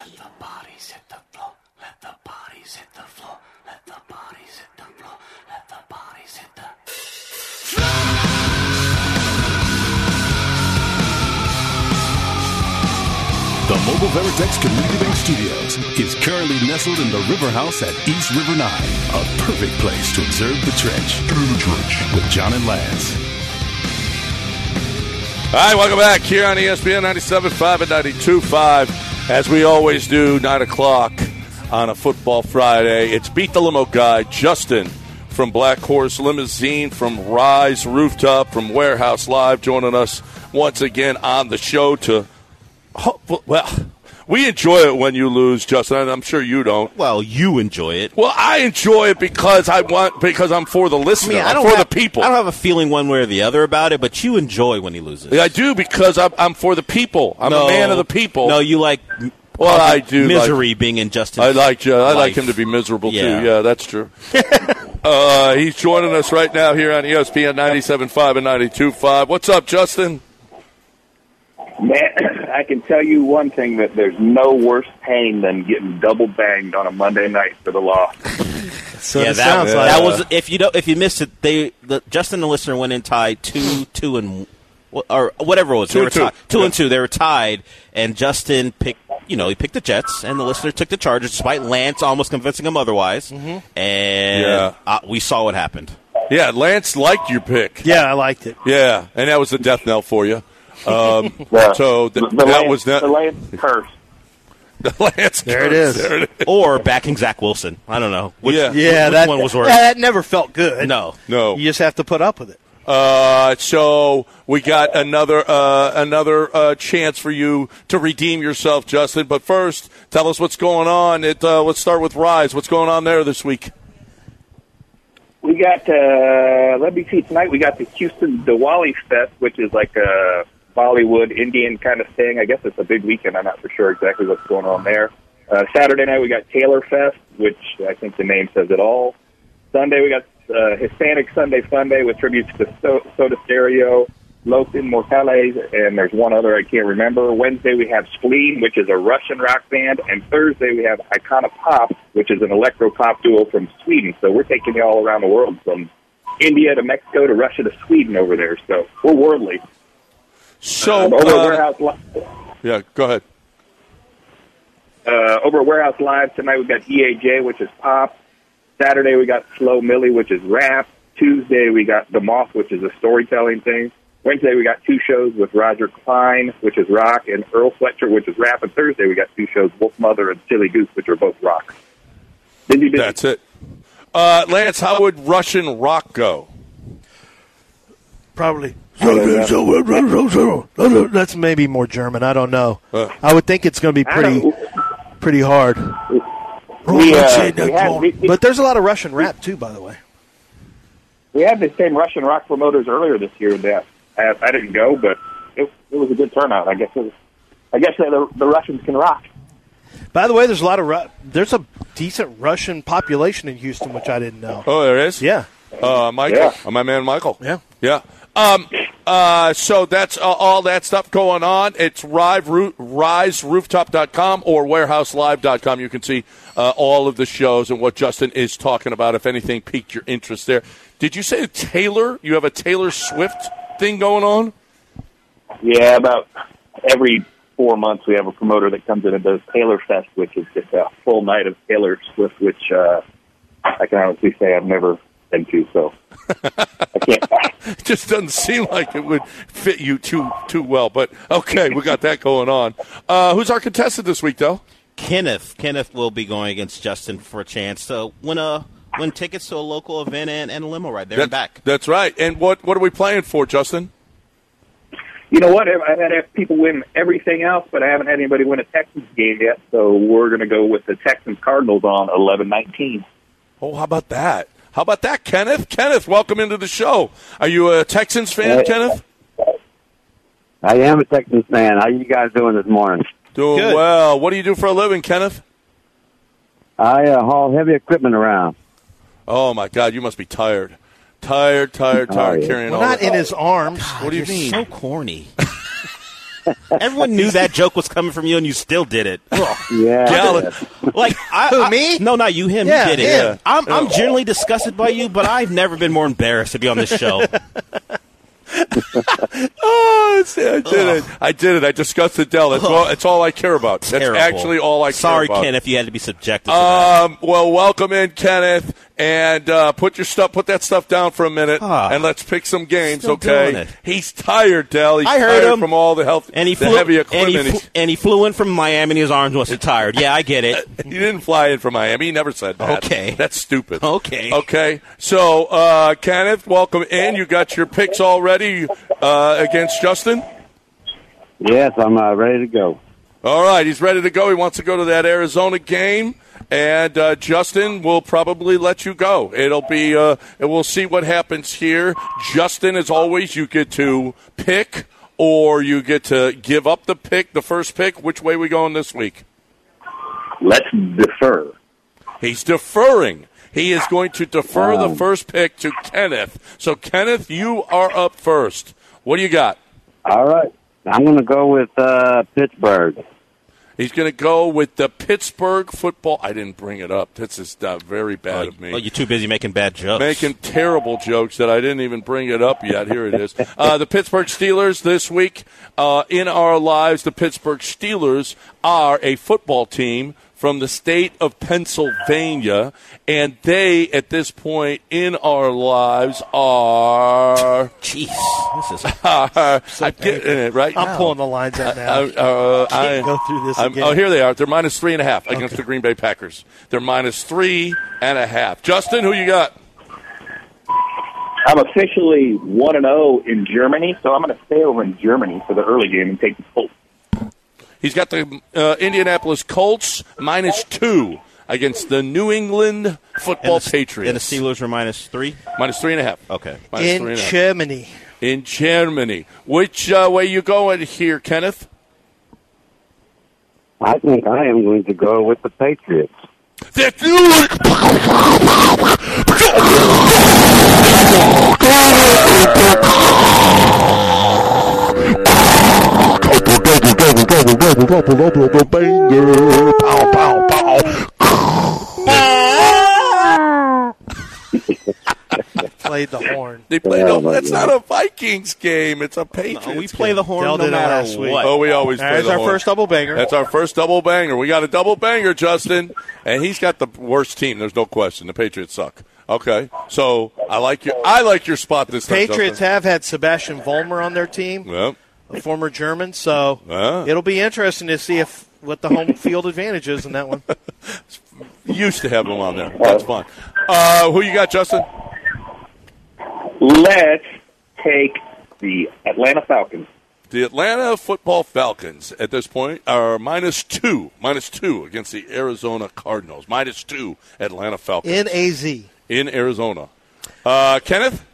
Let the bodies hit the floor. Let the bodies hit the floor. Let the bodies hit the floor. Let the bodies hit the. The Mobile Veritex Community Bank Studios is currently nestled in the River House at East River 9, a perfect place to observe the trench. the trench. With John and Lance. All right, welcome back here on E ESPN 97.5 and 92.5. As we always do, 9 o'clock on a football Friday. It's Beat the Limo Guy, Justin from Black Horse Limousine, from Rise Rooftop, from Warehouse Live, joining us once again on the show to. ho- Well, we enjoy it when you lose, Justin, and I'm sure you don't. Well, you enjoy it. Well, I enjoy it because I want because I'm for the I listener, mean, I I'm don't for have, the people. I don't have a feeling one way or the other about it, but you enjoy when he loses. I do because I'm, I'm for the people. I'm a man of the people. No, you like m- uh, Well, I do misery being in Justin. I like Joe. I like Life. him to be miserable Yeah. too. Yeah, that's true. uh, he's joining us right now here on E ESPN 97.5 and 92.5. What's up, Justin? Man, I can tell you one thing that there's no worse pain than getting double banged on a Monday night for the loss. yeah, that, that was if you don't if you missed it, they the, Justin the listener went in tied two two and or whatever it was. Two and they were two. Tied, two Yeah. and two. They were tied, and Justin picked. You know, he picked the Jets, and the listener took the Chargers, despite Lance almost convincing him otherwise. And Mm-hmm. Yeah. uh, we saw what happened. Yeah, Lance liked your pick. Yeah, I liked it. Yeah, and that was the death knell for you. Um, so th- the that Lance- was that. the Lance curse. Lance There it curse. is. There it is. Or backing Zach Wilson. I don't know. Which, Yeah. which- Yeah, which that one was worse? Yeah, that never felt good. No. No. you just have to put up with it. Uh, so we got another uh, another uh, chance for you to redeem yourself, Justin. But first, tell us what's going on. It, uh, let's start with Rise. What's going on there this week? We got, uh, let me see, tonight we got the Houston Diwali Fest, which is like a Bollywood Indian kind of thing. I guess it's a big weekend. I'm not for sure exactly what's going on there. Uh, Saturday night we got Taylor Fest, which I think the name says it all. Sunday we got uh, Hispanic Sunday Funday with tributes to so- Soda Stereo, Los Inmortales, and there's one other I can't remember. Wednesday we have Spleen, which is a Russian rock band, and Thursday we have Icona Pop, which is an electro pop duo from Sweden. So we're taking you all around the world from India to Mexico to Russia to Sweden over there. So we're worldly. So Over uh, at Oh, Warehouse Li- Yeah, go ahead. uh, over at Warehouse Live tonight, we've got EAJ, which is pop. Saturday, we got Slow Millie, which is rap. Tuesday, we got The Moth, which is a storytelling thing. Wednesday, we got two shows with Roger Klein, which is rock, and Earl Fletcher, which is rap. And Thursday, we got two shows, Wolf Mother and Silly Goose, which are both rock. Busy, busy. That's it. Uh, Lance, how would Russian rock go? Probably. That's maybe more German. I don't know. Uh. I would think it's going to be I pretty, don't- pretty hard. we, uh, we, had, we, But there's a lot of Russian rap too, by the way. we had the same Russian rock promoters earlier this year. That uh, I, I didn't go, but it, it was a good turnout. I guess it was, I guess the, the Russians can rock. By the way, there's a lot of Ru- there's a decent Russian population in Houston, which I didn't know. Oh, there it is. Yeah, Uh, Michael, Yeah. Uh, my man Michael. Yeah. Yeah. Um, uh, so that's uh, all that stuff going on. It's rive, roo- riserooftop.com or warehouselive.com. You can see uh, all of the shows and what Justin is talking about, if anything piqued your interest there. Did you say Taylor? You have a Taylor Swift thing going on? Yeah, about every four months we have a promoter that comes in and does Taylor Fest, which is just a full night of Taylor Swift, which uh, I can honestly say I've never been to. So I can't. It just doesn't seem like it would fit you too too well. But okay, we got that going on. Uh, who's our contestant this week, though? Kenneth. Kenneth will be going against Justin for a chance to win a win tickets to a local event and, and a limo ride there and back. That's right. And what what are we playing for, Justin? You know what? I've had people win everything else, but I haven't had anybody win a Texans game yet. So we're going to go with the Texans Cardinals on eleven nineteen. Oh, how about that? How about that, Kenneth? Kenneth, welcome into the show. Are you a Texans fan, Hey. Kenneth? I am a Texans fan. How you guys doing this morning? Doing Good. well. What do you do for a living, Kenneth? I uh, haul heavy equipment around. Oh my God, you must be tired, tired, tired, Oh, tired, yeah. carrying Well, all. not that. in his arms. what do you mean? So corny. Everyone knew that joke was coming from you, and you still did it. Oh, Yeah. Gallon. Like I, Who, I- me? No, not you. Him. Yeah, you did him. it. I'm, Oh. I'm generally disgusted by you, but I've never been more embarrassed to be on this show. Oh, it's- I did it. I did it. I discussed Adele. That's all, that's all I care about. That's Terrible. actually all I care Sorry, about. Ken, if you had to be subjected. to that. Um, well, welcome in, Kenneth, and uh, put your stuff, put that stuff down for a minute, Ah. and let's pick some games. Still okay, doing it. he's tired, Dell. He's I heard tired him. from all the health And he the flew, heavy and equipment. he, fl- and he flew in from Miami. and His arms wasn't tired. Yeah, I get it. He's- he didn't fly in from Miami. He never said that. Okay. that's stupid. Okay. Oh, okay. So, uh, Kenneth, welcome in. You got your picks already uh, against Justin. Yes, I'm uh, ready to go. All right, he's ready to go. He wants to go to that Arizona game, and uh, Justin will probably let you go. It'll be, uh, and we'll see what happens here. Justin, as always, you get to pick, or you get to give up the pick, the first pick. Which way we going this week? Let's defer. He's deferring. He is going to defer the first pick to Kenneth. So, Kenneth, you are up first. What do you got? All right. I'm going to go with uh, Pittsburgh. He's going to go with the Pittsburgh football. I didn't bring it up. This is uh, very bad Oh, of me. well, you're too busy making bad jokes. making terrible jokes that I didn't even bring it up yet. Here it is. Uh, the Pittsburgh Steelers this week uh, in our lives. The Pittsburgh Steelers are a football team from the state of Pennsylvania, and they at this point in our lives are. Jeez, this is are I'm getting it right. I'm pulling the lines out now. I- uh, I, go through this I'm- again. Oh, here they are. They're minus three and a half against the Green Bay Packers. They're minus three and a half. Justin, who you got? I'm officially one and zero in Germany, so I'm going to stay over in Germany for the early game and take the Colts. He's got the uh, Indianapolis Colts minus two against the New England Football and the, Patriots. And the Steelers were minus three. Minus three and a half. Okay. Oh, Minus three in and a half. Germany. In Germany. Which uh, way you going here, Kenneth? I think I am going to go with the Patriots. That you Played the horn. they played. Yeah, a, but that's yeah. not a Vikings game. It's a Patriots. we game. play the horn Dell no did it matter last week. what. Oh, we always play There's the our horn. first double banger. That's our first double banger. We got a double banger, Justin, and he's got the worst team. There's no question. The Patriots suck. Okay, so I like your I like your spot this time. Patriots Justin. have had Sebastian Vollmer on their team, Well, a former German, so Ah. it'll be interesting to see if what the home field advantage is in that one. used to have him on there. That's fun. Uh, who you got, Justin? Let's take the Atlanta Falcons. The Atlanta Football Falcons at this point are minus two, minus two against the Arizona Cardinals. Minus two, Atlanta Falcons In AZ. in Arizona. Uh, Kenneth,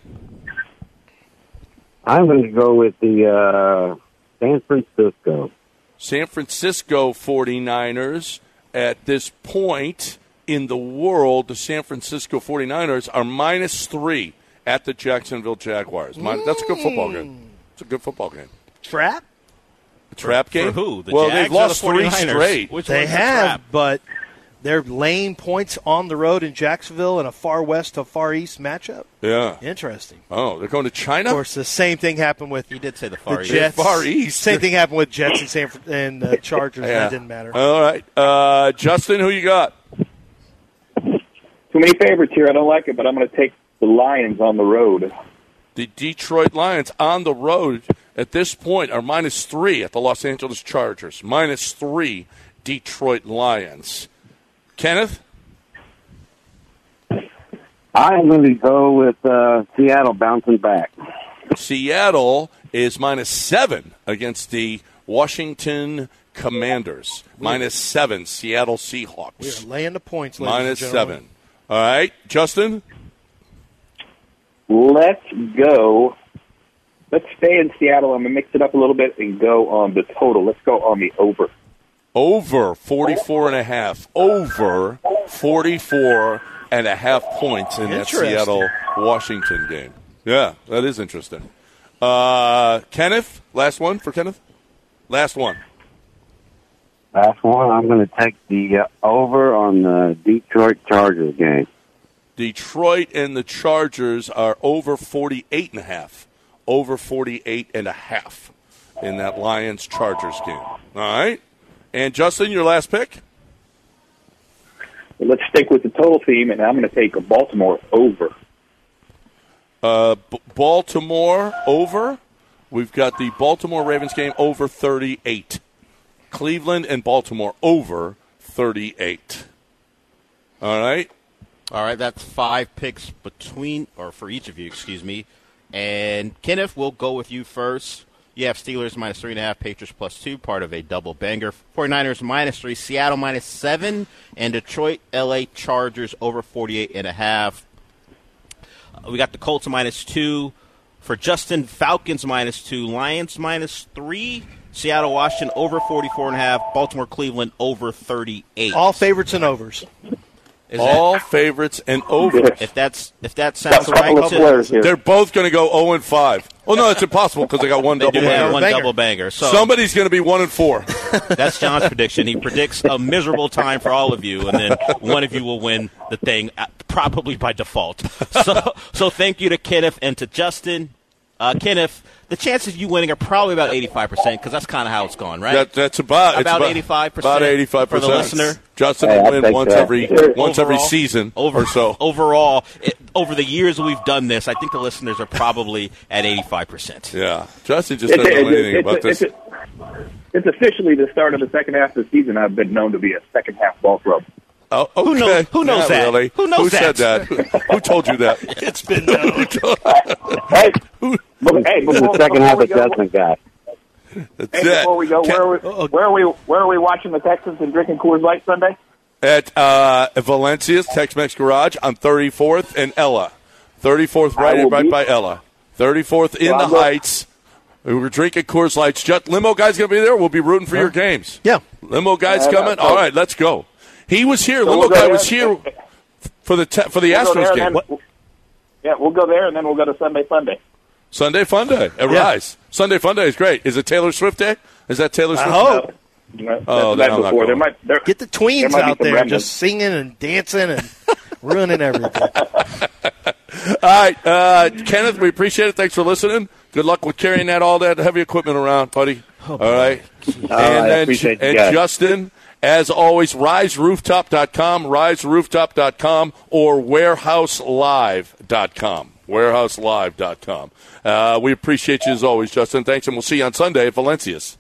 I'm going to go with the uh, San Francisco. San Francisco 49ers at this point in the world, the San Francisco 49ers are minus three at the Jacksonville Jaguars. Min- That's a good Mm. football game. It's a good football game. Trap? Trap game? For who? The well, Jags they've lost or the three 49ers? straight. Which They one's a have, trap? but they're laying points on the road in Jacksonville in a far west to far east matchup. Yeah. Interesting. Oh, they're going to China? Of course, the same thing happened with You did say the the Far East. Jets. Far East. Same thing happened with Jets and San Fran- and uh, Chargers. and Yeah. It didn't matter. All right. Uh, Justin, who you got? Too many favorites here. I don't like it, but I'm going to take the Lions on the road. The Detroit Lions on the road at this point are minus three at the Los Angeles Chargers. Minus three, Detroit Lions. Kenneth? I'm going to go with uh, Seattle bouncing back. Seattle is minus seven against the Washington Commanders. Minus seven, Seattle We are Seahawks. laying the points. ladies and Minus gentlemen. seven. All right, Justin? Let's go. Let's stay in Seattle. I'm going to mix it up a little bit and go on the total. Let's go on the over. Over 44 and a half. Over 44 and a half points in that Interesting. Seattle Washington game. Yeah, that is interesting. Uh, Kenneth, last one for Kenneth. Last one. Last one, I'm going to take the uh, over on the Detroit Chargers game. Detroit and the Chargers are over 48 and a half. Over 48 and a half in that Lions Chargers game. All right. And Justin, your last pick? Let's stick with the total theme, and I'm going to take a Baltimore over. Uh, B- Baltimore over. We've got the Baltimore Ravens game over 38. Cleveland and Baltimore over 38. All right. All right, that's five picks between, or for each of you, excuse me. And Kenneth, we'll go with you first. You have Steelers minus three and a half, Patriots plus two, part of a double banger. 49ers minus three, Seattle minus seven, and Detroit, LA Chargers over 48 and a half. We got the Colts minus two. For Justin, Falcons minus two, Lions minus three, Seattle, Washington over 44 and a half, Baltimore, Cleveland over 38. All favorites and overs. Is that- All favorites and over. if that's if that sounds Got a couple right of to players here. They're both going to go 0 and 5. Oh, no, it's impossible because they got one They double do have header. one banger. double banger. So Somebody's going to be 1 and 4. that's John's prediction. He predicts a miserable time for all of you, and then one of you will win the thing uh, probably by default. So, so thank you to Kenneth and to Justin. Uh, Kenneth, the chances of you winning are probably about 85% because that's kind of how it's gone, right? That, that's about it's About 85% About eighty-five for percent. the listener. Justin Hey, I'll will win take once that. every Sure. once every Overall- season over, or so. Overall, it, over the years we've done this, I think the listeners are probably at 85%. Yeah, Justin just doesn't know anything about this. it's a- it's officially the start of the second half of the season. I've been known to be a second half ball club. Oh, okay. Who knows- who knows Not that? Really. Who knows said that? who told you that? It's been known. Hey, but- hey This is before, the second before half we go, assessment guy. That's hey, it. before we go, Ken- where are we, where are we where are we watching the Texans and drinking Coors Light Sunday? at uh, Valencia's Tex-Mex Garage on 34th and Ella. 34th, I right, will right be- by Ella. 34th in Well, the I'm go- Heights. We were drinking Coors Lights. Just, limo guy's going to be there. We'll be rooting for your games. Yeah. Limo guy's Yeah, coming. so- All right, let's go. He was here. So limo we'll go guy there. was here for the te- for the We'll go there Astros and game. then- Yeah, we'll go there and then we'll go to Sunday Sunday. Sunday Fun Day. Arise. Sunday Fun Day is great. Is it Taylor Swift Day? Is that Taylor Swift? hope. Day? That's Oh, the then night I'm not before. There going. might there, Get the There tweens might be out some there remnants. just singing and dancing and ruining everything. All right, uh, Kenneth, we appreciate it. Thanks for listening. Good luck with carrying that all that heavy equipment around, buddy. Oh, all right. And, I then- appreciate you and guys. Justin, as always, riserooftop.com, riserooftop.com, or warehouselive.com. Warehouselive.com. Uh, we appreciate you as always, Justin. Thanks, and we'll see you on Sunday at Valencia's.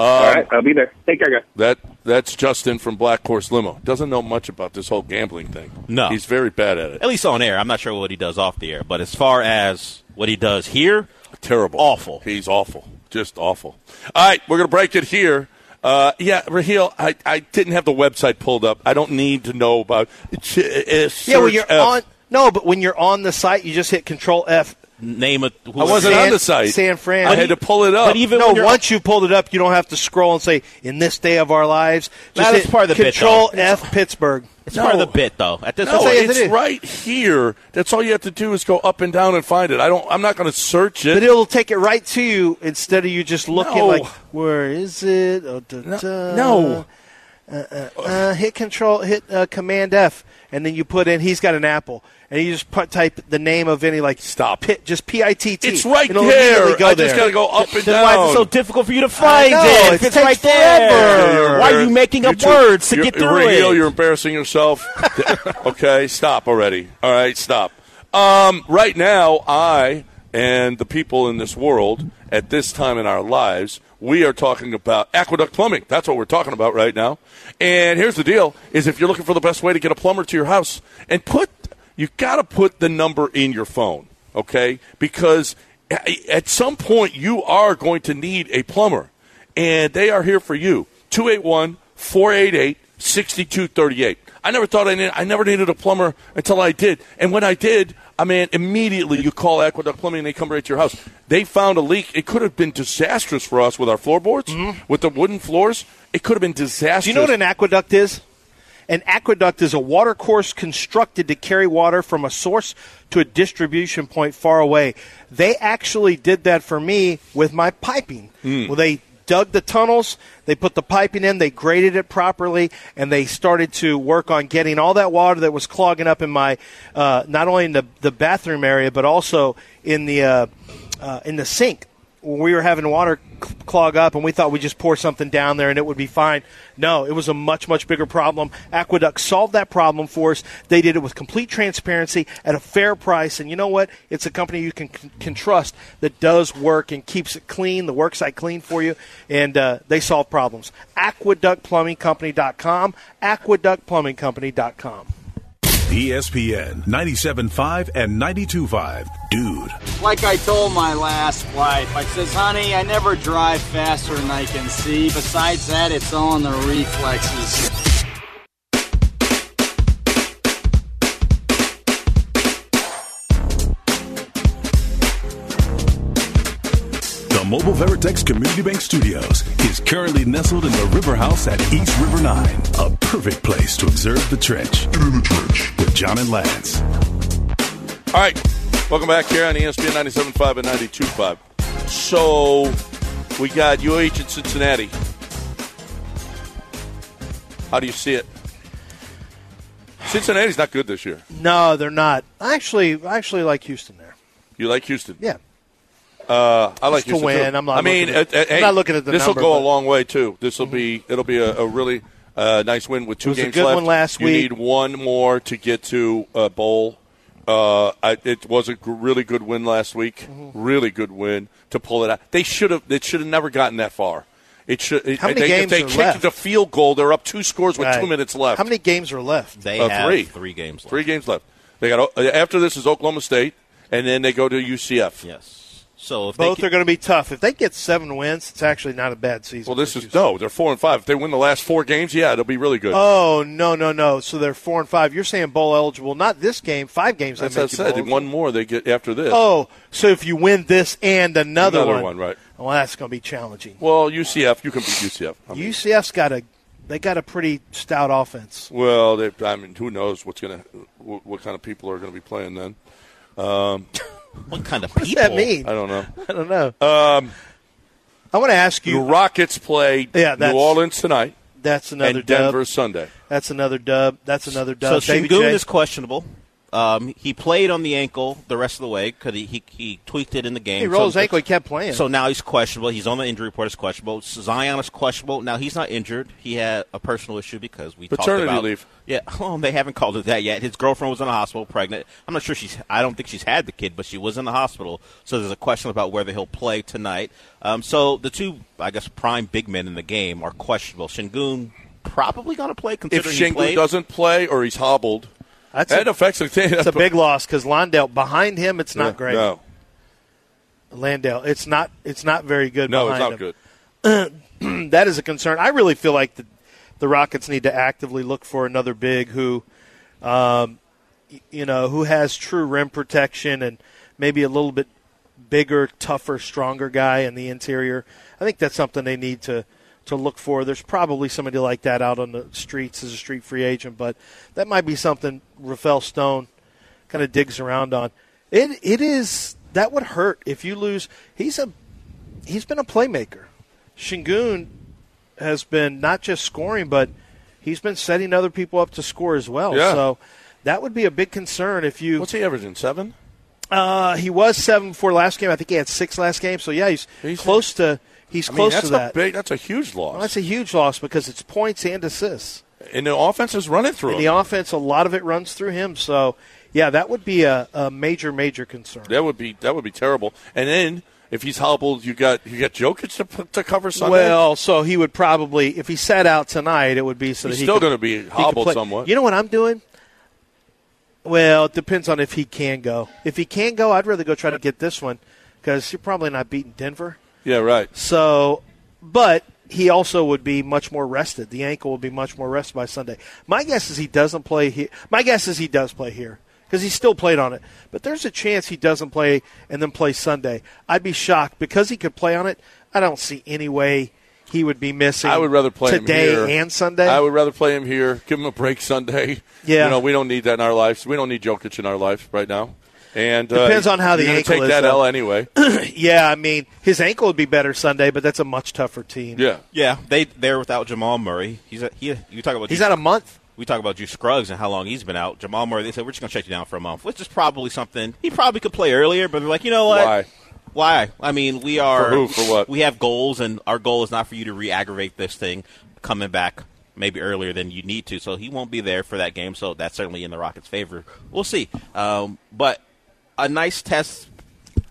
All right, I'll be there. Take care, guys. That that's Justin from Black Horse Limo. Doesn't know much about this whole gambling thing. No. he's very bad at it. At least on air. I'm not sure what he does off the air, but as far as what he does here, Terrible, Awful. He's awful, just awful. All right, we're gonna break it here. Uh, yeah, Raheel, I, I didn't have the website pulled up. I don't need to know about. It's, it's yeah, when search you're F. on no, but when you're on the site, you just hit Control F. name it. Who I wasn't San- on the site. San Fran. I had to pull it up. But even No, when you're- once you pulled it up, you don't have to scroll and say "in this day of our lives." Just That is hit part of the bit, Control though. F Pittsburgh. it's part of the bit, though. At this no, That's it, point, isn't it's it? right here. That's all you have to do is go up and down and find it. I don't. I'm not going to search it. But it'll take it right to you instead of you just looking No. like, "Where is it?" Oh, da, da. no. Uh, hit Control, hit uh, Command F, and then you put in. He's got an apple, and you just put, type the name of any like Stop. Pit, just P I T T. it's right It'll there. immediately Go I there. just got to go up and then down. why is it so difficult for you to find know, it? it If it's takes right there. forever. Why are you making up too- words to you're- get through Raheel, it? You're embarrassing yourself. okay, stop already. All right, stop. Um, right now, I and the people in this world at this time in our lives, we are talking about aqueduct plumbing. That's what we're talking about right now. And here's the deal: is if you're looking for the best way to get a plumber to your house, and put you got to put the number in your phone, okay? Because a- at some point you are going to need a plumber and they are here for you. 281 488 62-38. I never thought I needed, I never needed a plumber until I did. And when I did, I mean, immediately you call Aqueduct Plumbing and they come right to your house. They found a leak. It could have been disastrous for us with our floorboards, with the wooden floors. It could have been disastrous. Mm-hmm. Do you know what an aqueduct is? An aqueduct is a water course constructed to carry water from a source to a distribution point far away. They actually did that for me with my piping. Well, they dug the tunnels, they put the piping in, they graded it properly, and they started to work on getting all that water that was clogging up in my uh, not only in the, the bathroom area but also in the uh, uh, in the sink when we were having water c- clog up and we thought we'd just pour something down there and it would be fine. No, it was a much, much bigger problem. Aqueduct solved that problem for us. They did it with complete transparency at a fair price. And you know what? It's a company you can, can trust that does work and keeps it clean, the work site clean for you, and uh, they solve problems. AqueductPlumbingCompany.com, AqueductPlumbingCompany.com. E ESPN 97.5 and 92.5. Dude. Like I told my last wife, I says, honey, I never drive faster than I can see. Besides that, it's all in the reflexes. The Mobile Veritex Community Bank Studios is currently nestled in the River House at East River 9, a perfect place to observe the trench. the trench. With John and Lance. All right. Welcome back here on E ESPN 97.5 and 92.5. So, we got UH in Cincinnati. How do you see it? Cincinnati's not good this year. No, they're not. I actually, I actually like Houston there. You like Houston? Yeah. Uh, I like to Houston win. Too. I'm not I mean, looking at- uh, uh, I'm hey, not looking at the This will number, go a but- Mm-hmm. long way too. This will be. It'll be a, a really uh, nice win with two was a games good left. one last you week. need one more to get to a bowl. Uh, I, it was a g- really good win last week. Mm-hmm. Really good win to pull it out. They should have. It should have never gotten that far. It should. it- How many they, games if they are kicked left? the field goal, they're up two scores with two Right. minutes left. How many games are left? They Uh, have three. three. games left. Three games left. They got uh, after this is Oklahoma State, and then they go to UCF. Yes. So if Both they are going to be tough. If they get seven wins, it's actually not a bad season. Well, this for is Houston. no. They're four and five. If they win the last four games, yeah, it'll be really good. Oh no, no, no! So they're four and five. You're saying bowl eligible? Not this game. Five games. That's that what I make you said. bowl One more they get after this. eligible. Oh, so if you win this and another, Another one, right. Well, that's going to be challenging. Well, UCF, you can beat UCF. I mean, UCF's got a they got a pretty stout offense. well, they, I mean, who knows what's gonna, what, what kind of people are gonna be playing then? what kind of What does people? that mean? I don't know. I don't know. Um, I want to ask the you. Rockets play Yeah, New that's- Orleans tonight That's another and Denver dub. Sunday. That's another dub. That's another So dub. David Shingun J. is questionable. Um, he played on the ankle the rest of the way because he, he he tweaked it in the game. he rolled So his ankle. He kept playing. So now he's questionable. He's on the injury report as questionable. Zion is questionable. Now he's not injured. He had a personal issue because we Paternity talked about leave. Yeah, well, they haven't called it that yet. His girlfriend was in the hospital, pregnant. I'm not sure she's. I don't think she's had the kid, but she was in the hospital. So there's a question about whether he'll play tonight. Um, so the two, I guess, prime big men in the game are questionable. Shingun probably going to play If considering he Shingle played. doesn't play or he's hobbled, that's that a, affects the thing. that's a big loss because Londell behind him. It's not great. No, Landale. It's not. It's not very good. no, it's not behind him. good. That is a concern. I really feel like the, the Rockets need to actively look for another big who, um, y- you know, who has true rim protection and maybe a little bit bigger, tougher, stronger guy in the interior. I think that's something they need to to look for. There's probably somebody like that out on the streets as a street free agent, but that might be something Rafael Stone kind of digs around on. It it is that would hurt if you lose. He's a he's been a playmaker. Shingun has been not just scoring, but he's been setting other people up to score as well. Yeah. So that would be a big concern if you. What's he averaging? Seven? Uh, he was seven before last game. I think he had six last game. So yeah, he's, He's- close to. He's I mean, close that's to a that. big. That's a huge loss. Well, that's a huge loss because it's points and assists. and the offense is running through And him. the offense, a lot of it runs through him. So yeah, that would be a, a major, major concern. That would be that would be terrible. And then if he's hobbled, you got you got Jokic to, p- to cover Sunday. Well, so he would probably, if he sat out tonight, it would be so He's that he still could- gonna be he could hobbled play. somewhat. You know what I'm doing? Well, it depends on if he can go. If he can go, I'd rather go try to get this one because you're probably not beating Denver. yeah, right. So, but he also would be much more rested. The ankle would be much more rested by Sunday. My guess is he doesn't play here. My guess is he does play here because he still played on it. But there's a chance he doesn't play and then play Sunday. I'd be shocked because he could play on it. I don't see any way he would be missing. I would rather play today him here. and Sunday. I would rather play him here. Give him a break Sunday. Yeah. you know we don't need that in our lives. We don't need Jokic in our life right now. And Depends on how the you ankle take is, that though. L anyway. yeah, I mean his ankle would be better Sunday, but that's a much tougher team. yeah, Yeah, they they're without Jamal Murray. He's a, he. You talk about He's Ju- out a month. we talk about Drew Scruggs and how long he's been out. Jamal Murray. They said we're just gonna shut you down for a month, which is probably something he probably could play earlier. But they're like, you know what? Why? Why? I mean, we are For who? For what? We have goals, and our goal is not for you to re-aggravate this thing coming back maybe earlier than you need to. So he won't be there for that game. So that's certainly in the Rockets' favor. We'll see. Um, but a nice test.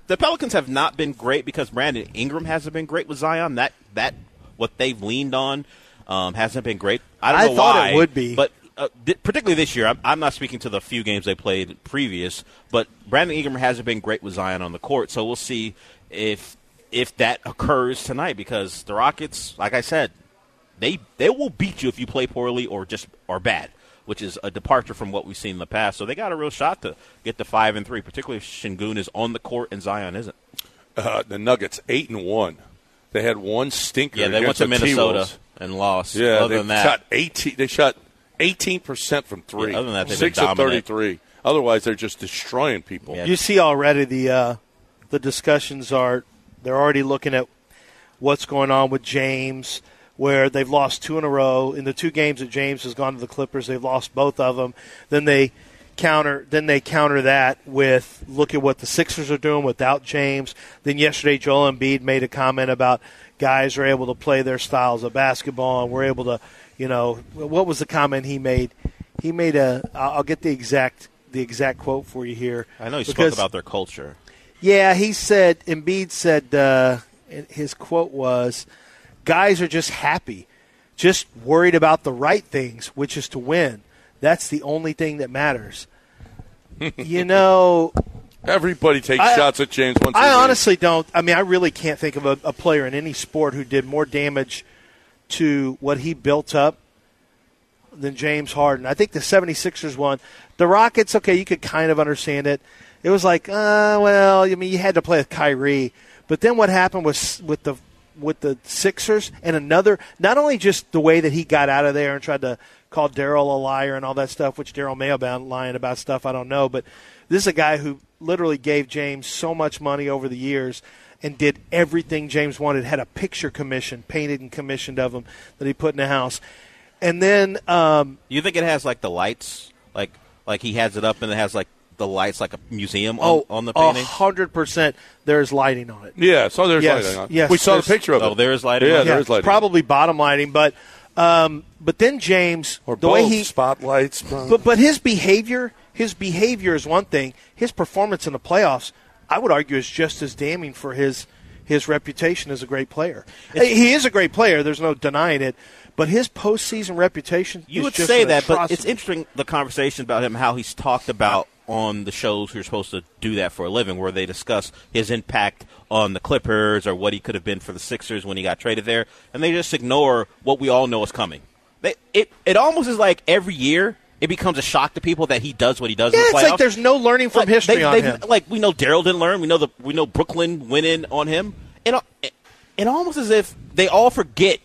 The Pelicans have not been great because Brandon Ingram hasn't been great with Zion. That that what they've leaned on um, hasn't been great. I don't I know thought it why, would be. but uh, th- particularly this year, I'm, I'm not speaking to the few games they played previous, but Brandon Ingram hasn't been great with Zion on the court, so we'll see if if that occurs tonight because the Rockets, like I said, they they will beat you if you play poorly or just are bad, which is a departure from what we've seen in the past. So they got a real shot to get to five and three, particularly if Shingun is on the court and Zion isn't. uh, the Nuggets eight and one. They had one stinker. Yeah, they against went to the Minnesota T-Wolves. and lost. Yeah, other they than that, shot eighteen. They shot eighteen percent from three. Yeah, other than that, they've been six of dominant. thirty-three. Otherwise, they're just destroying people. Yeah. You see already the uh, the discussions are they're already looking at what's going on with James, where they've lost two in a row. In the two games that James has gone to the Clippers, they've lost both of them. Then they counter then they counter that with look at what the Sixers are doing without James. Then yesterday Joel Embiid made a comment about guys are able to play their styles of basketball and we're able to, you know, what was the comment he made? He made a I'll I'll get the exact the exact quote for you here. I know you spoke Because- about their culture. yeah, he said, Embiid said, uh, his quote was, guys are just happy, just worried about the right things, which is to win. That's the only thing that matters. you know, Everybody takes I- shots at James. Once I they win. honestly don't. I mean, I really can't think of a, a player in any sport who did more damage to what he built up than James Harden. I think the 76ers won. The Rockets, okay, you could kind of understand it. It was like, uh, well, I mean, you had to play with Kyrie, but then what happened was with the with the Sixers and another, not only just the way that he got out of there and tried to call Daryl a liar and all that stuff, which Daryl may have been lying about stuff I don't know, but this is a guy who literally gave James so much money over the years and did everything James wanted. Had a picture commissioned, painted and commissioned of him that he put in the house, and then. Um, You think it has like the lights, like like he has it up and it has like the lights, like a museum on, Oh, on the painting. hundred percent. There's lighting on it. Yeah, so there's Yes, lighting on. yes, we saw the there's- picture of it. Oh, there is lighting Yeah, on. there Yeah, is lighting. probably bottom lighting, but um, but then James, or the both way he, spotlights. but but his behavior, his behavior is one thing. His performance in the playoffs, I would argue, is just as damning for his his reputation as a great player. he is a great player. There's no denying it. But his postseason reputation, you is would just say an that, but atrocity. it's interesting the conversation about him, how he's talked about on the shows who are supposed to do that for a living, where they discuss his impact on the Clippers or what he could have been for the Sixers when he got traded there, and they just ignore what we all know is coming. They, it it almost is like every year it becomes a shock to people that he does what he does. Yeah, in the it's like playoffs. there's no learning from Like, history they- on they've- him. Like we know Daryl didn't learn. We know the we know Brooklyn went in on him. It, al- it, it almost as if they all forget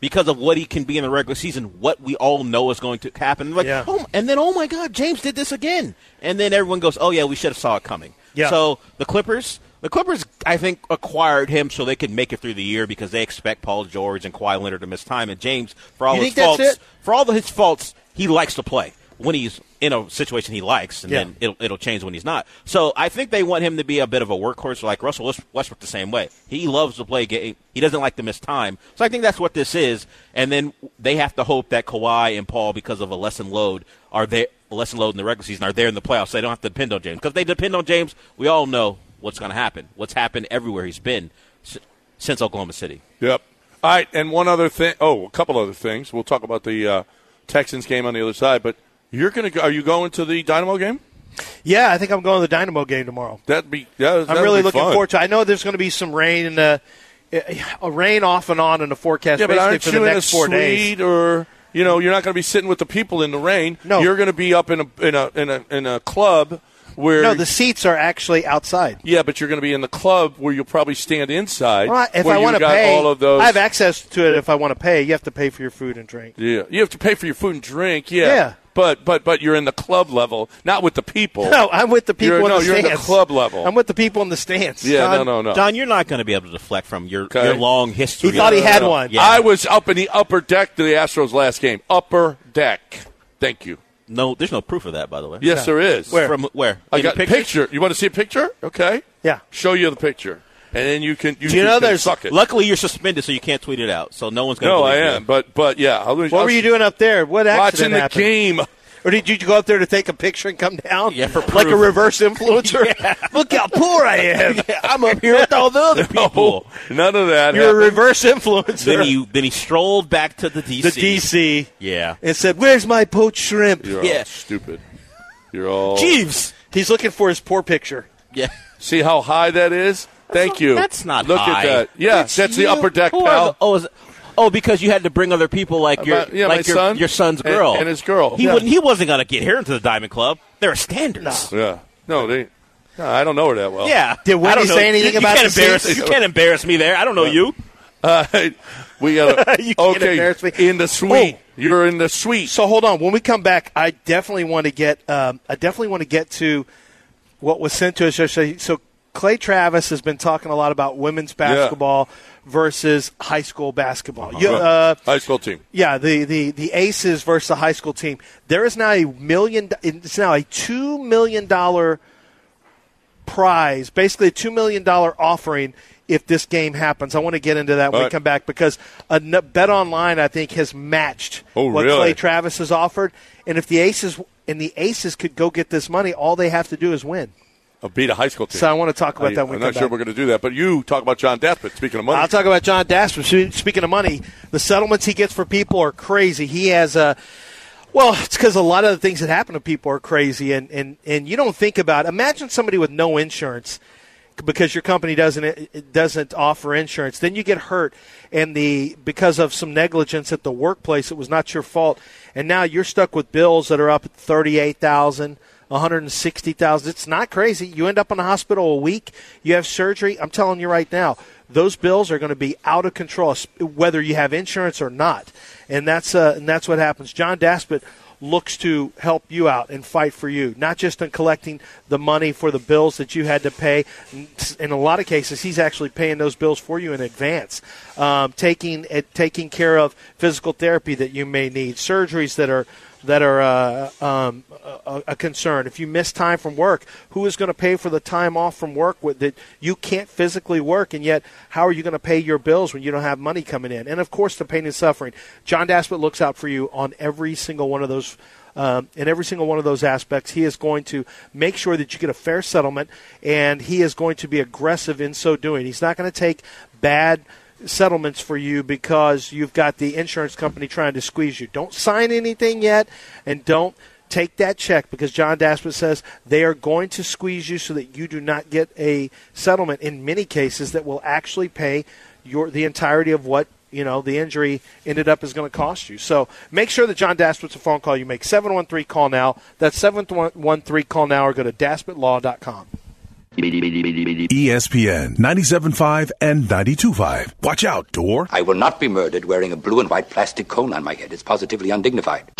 because of what he can be in the regular season, what we all know is going to happen. Like, Yeah. oh, and then oh my God, James did this again, and then everyone goes, oh yeah, we should have saw it coming. Yeah. So the Clippers, the Clippers, I think acquired him so they could make it through the year because they expect Paul George and Kawhi Leonard to miss time, and James for all You his think that's faults, it? for all of his faults, he likes to play when he's in a situation he likes, and Yeah. then it'll, it'll change when he's not. So I think they want him to be a bit of a workhorse, like Russell West- Westbrook the same way. He loves to play game. He doesn't like to miss time. So I think that's what this is. And then they have to hope that Kawhi and Paul, because of a lesson load, are there a lesson load in the regular season, are there in the playoffs. They don't have to depend on James because they depend on James. We all know what's going to happen. What's happened everywhere he's been s- since Oklahoma City. Yep. All right, and one other thing. Oh, a couple other things. We'll talk about the uh, Texans game on the other side. But you're gonna go, are you going to the Dynamo game? yeah, I think I'm going to the Dynamo game tomorrow. That'd be. That, I'm really looking forward to. it. I know there's going to be some rain in the a rain off and on in the forecast Yeah, but basically aren't for the you in a next four suite days. or you know you're not going to be sitting with the people in the rain? No. you're going to be up in a in a in a in a club where No, the seats are actually outside. yeah, but you're going to be in the club where you'll probably stand inside. Well, if where I you want to got pay, all of those. I have access to it. If I want to pay, you have to pay for your food and drink. yeah, you have to pay for your food and drink. Yeah, Yeah. But but but you're in the club level, not with the people. No, I'm with the people. You're- in no, the you're in the stands. club level. I'm with the people in the stands. Yeah, Don, no, no, no. Don, you're not going to be able to deflect from your, Okay. your long history. He thought he of- had one. Yeah. I was up in the upper deck to the Astros last game. Upper deck. Thank you. no, there's no proof of that, by the way. Yes, there is. From where? I In got a pictures? picture. You want to see a picture? Okay. Yeah. Show you the picture, and then you can you, You know, can there's. suck it. Luckily, you're suspended, so you can't tweet it out. So no one's going to. no, I am, but but yeah. I'll- What I'll- were you doing up there? What Watching accident the happened? game. Or did you go up there to take a picture and come down? Yeah, for like a proof. reverse influencer. Look how poor I am. I'm up here with all the other No, none of that. You're a happened. reverse influencer. Then he then he strolled back to the DC. the DC Yeah. and said, "Where's my poached shrimp?" You're Yeah. all stupid. You're all. Jeeves. He's looking for his poor picture. Yeah. See how high that is? Thank you. That's not Look high. at that. Yeah, that's, the you. upper deck, Who are pal. Uh, the- oh, is it- oh, because you had to bring other people like your My- yeah, my like your, son your son's and- girl and his girl. He Yeah. wouldn't. He wasn't going to get here into the Diamond Club. There are standards. Yeah. No, they. No, I don't know her that well. Yeah. Oh. Did I Wendy don't know. say anything you, about you can't the embarrass, seats? You can't embarrass me there. I don't know you. Uh, we got to. You can't okay. embarrass me. In the suite. Oh. You're in the suite. So hold on. When we come back, I definitely want to get. Um, I definitely want to get to what was sent to us yesterday. So Clay Travis has been talking a lot about women's basketball versus high school basketball. Uh-huh. You- uh, High school team. Yeah, the, the, the aces versus the high school team. There is now a million. It's now a two million dollar prize, basically a two million dollar offering if this game happens. I want to get into that when All we right. come back because a n- bet online I think has matched Oh, what really? Clay Travis has offered, and if the aces and the aces could go get this money, all they have to do is win. Uh, beat a high school team. So I want to talk about I- that when I'm we not come sure back. we're going to do that, but you talk about John Daspit. Speaking of money, I'll talk about John Dasper. Speaking of money, the settlements he gets for people are crazy. He has a. Well, it's because a lot of the things that happen to people are crazy, and, and, and you don't think about. Imagine somebody with no insurance, because your company doesn't it doesn't offer insurance. Then you get hurt, and the because of some negligence at the workplace, it was not your fault, and now you're stuck with bills that are up at thirty eight thousand. 160,000. It's not crazy. You end up in the hospital a week, you have surgery. I'm telling you right now, those bills are going to be out of control, s- whether you have insurance or not. And that's uh, and that's what happens. John Daspit looks to help you out and fight for you, not just in collecting the money for the bills that you had to pay. In a lot of cases, he's actually paying those bills for you in advance, um, taking uh, taking care of physical therapy that you may need, surgeries that are that are uh, um, a, a concern. If you miss time from work, who is going to pay for the time off from work with, that you can't physically work, and yet how are you going to pay your bills when you don't have money coming in? And of course, the pain and suffering. John Daspit looks out for you on every single one of those. Um, in every single one of those aspects, he is going to make sure that you get a fair settlement, and he is going to be aggressive in so doing. He's not going to take bad settlements for you because you've got the insurance company trying to squeeze you. Don't sign anything yet and don't take that check because John Daspit says they are going to squeeze you so that you do not get a settlement in many cases that will actually pay your the entirety of what you know the injury ended up is going to cost you. So make sure that John Daspit's a phone call you make 713 call now. That's 713 call now or go to daspitlaw.com. E ESPN 97.5 and 92.5. Watch out, door. I will not be murdered wearing a blue and white plastic cone on my head. It's positively undignified.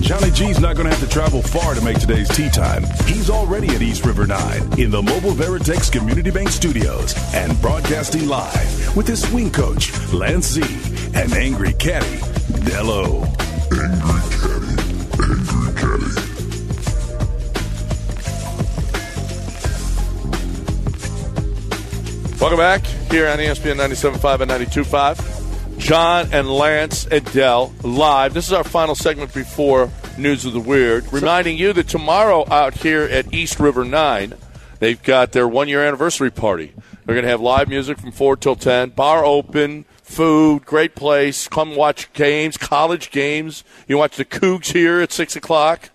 Johnny G's not going to have to travel far to make today's tea time. He's already at East River 9 in the Mobile Veritex Community Bank Studios and broadcasting live with his swing coach, Lance Z, and angry caddy, Dello. Welcome back here on E ESPN 97.5 and 92.5. John and Lance Adele live. This is our final segment before News of the Weird. Reminding you that tomorrow out here at East River 9, they've got their one year anniversary party. They're going to have live music from 4 till 10, bar open, food, great place. Come watch games, college games. You watch the Cougs here at 6 o'clock.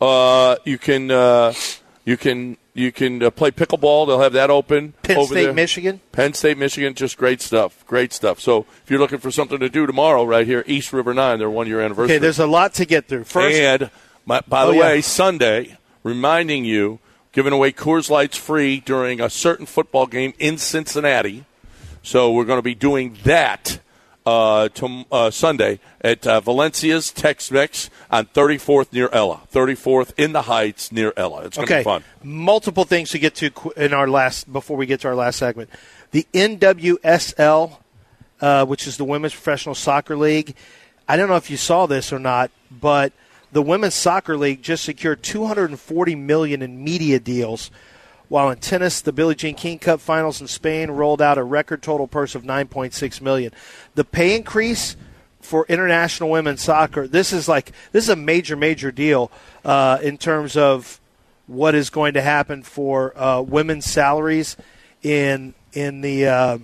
Uh, you can. Uh, you can you can uh, play pickleball. They'll have that open. Penn over State, there. Michigan? Penn State, Michigan, just great stuff. Great stuff. So if you're looking for something to do tomorrow, right here, East River Nine, their one year anniversary. Okay, there's a lot to get through. First, and my, by the Oh, yeah. way, Sunday, reminding you, giving away Coors Lights free during a certain football game in Cincinnati. So we're going to be doing that uh, to, uh, Sunday at uh, Valencia's Tex Mex on 34th near Ella. 34th in the Heights near Ella. It's going to okay, be fun. multiple things to get to qu- in our last before we get to our last segment. The NWSL, uh, which is the Women's Professional Soccer League. I don't know if you saw this or not, but the Women's Soccer League just secured 240 million in media deals. While in tennis, the Billie Jean King Cup finals in Spain rolled out a record total purse of 9.6 million. The pay increase for international women's soccer, this is like this is a major, major deal uh, in terms of what is going to happen for uh, women's salaries in in the uh,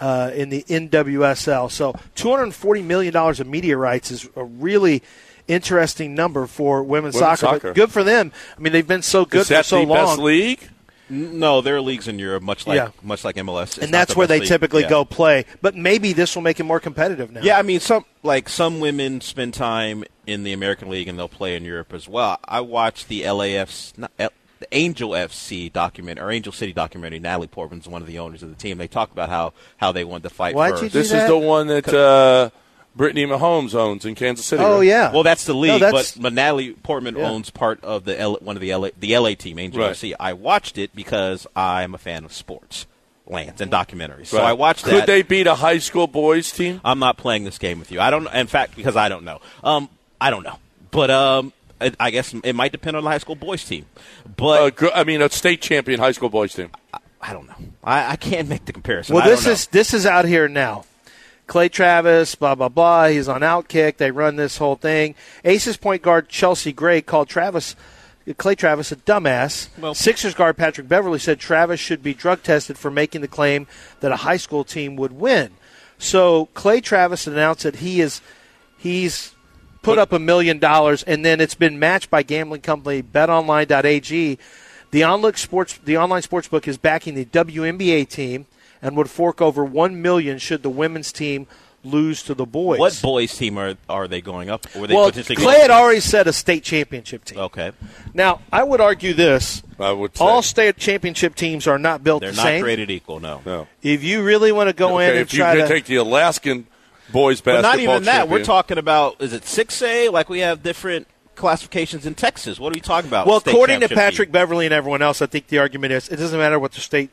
uh, in the NWSL. So, two hundred forty million dollars of media rights is a really interesting number for women's, Women's soccer. soccer. But good for them. I mean, they've been so good Is that for so the long. best league? No, there are leagues in Europe, much like Yeah. much like MLS, It's and not that's the where best they league. typically Yeah. go play. But maybe this will make it more competitive now. Yeah, I mean, some like some women spend time in the American League and they'll play in Europe as well. I watched the LAF's not, L, the Angel FC document or Angel City documentary. Natalie Portman's one of the owners of the team. They talk about how how they wanted to fight. Why'd you first. do This is that? the one that uh, Brittany Mahomes owns in Kansas City. Oh right? yeah. Well, that's the league, that's- but, but Natalie Portman Yeah. owns part of the L, one of the LA, the LA team, Angel Right. FC. I watched it because I'm a fan of sports, Lance, and documentaries. So Right. I watched Could that. they beat a high school boys team? I'm not playing this game with you. I don't. In fact, because I don't know. Um, I don't know. But um, I, I guess it might depend on the high school boys team. But A gr- I mean, a state champion high school boys team. I don't know. I, I can't make the comparison. Well, I don't this know. is this is out here now. Clay Travis, blah blah blah. He's on Outkick. They run this whole thing. Aces point guard Chelsea Gray called Travis, Clay Travis, a dumbass. Well- Sixers guard Patrick Beverly said Travis should be drug tested for making the claim that a high school team would win. So Clay Travis announced that he is he's put up a million dollars, and then it's been matched by gambling company BetOnline.ag. The online sports the online sports book is backing the WNBA team and would fork over one million should the women's team lose to the boys. what boys team are are they going up? Or are they well, potentially Clay had already said a state championship team. Okay, Now, I would argue this: I would say. all state championship teams are not built they're the not same. created equal. No, no. If you really want to go in Okay, and if you try could to take the Alaskan boys but basketball not even that. We're champion- talking about is it six A? Like we have different classifications in Texas. What are we talking about? Well, State according to championship Patrick team. Beverly and everyone else, I think the argument is it doesn't matter what the state.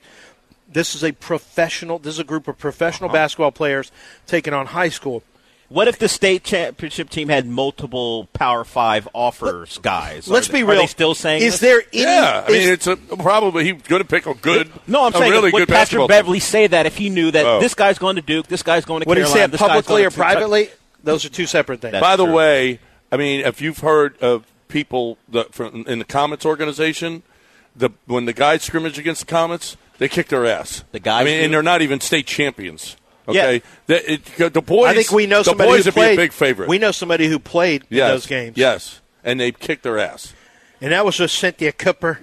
This is a professional. This is a group of professional Uh-huh. basketball players taking on high school. what if the state championship team had multiple Power Five offers, guys? Are Let's they- be real. Are they still saying this? is there any? Yeah, I mean, is- it's a, probably he's going to pick a good. No, I'm a saying really would good basketball Patrick team. Beverly say that if he knew that Oh. this guy's going to Duke, this guy's going to what do you Carolina, say this guy's going publicly to or Kentucky? privately? Those are two separate things. That's- By the true. way, I mean, if you've heard of people that, from, in the Comets organization, the when the guys scrimmage against the Comets, they kick their ass. The guys I mean, do? and they're not even state champions. Yeah. Okay, the, it, the boys. I think we know the somebody boys who would played. be a big favorite. We know somebody who played yes. in those games. Yes, and they kicked their ass. and that was just Cynthia Cooper,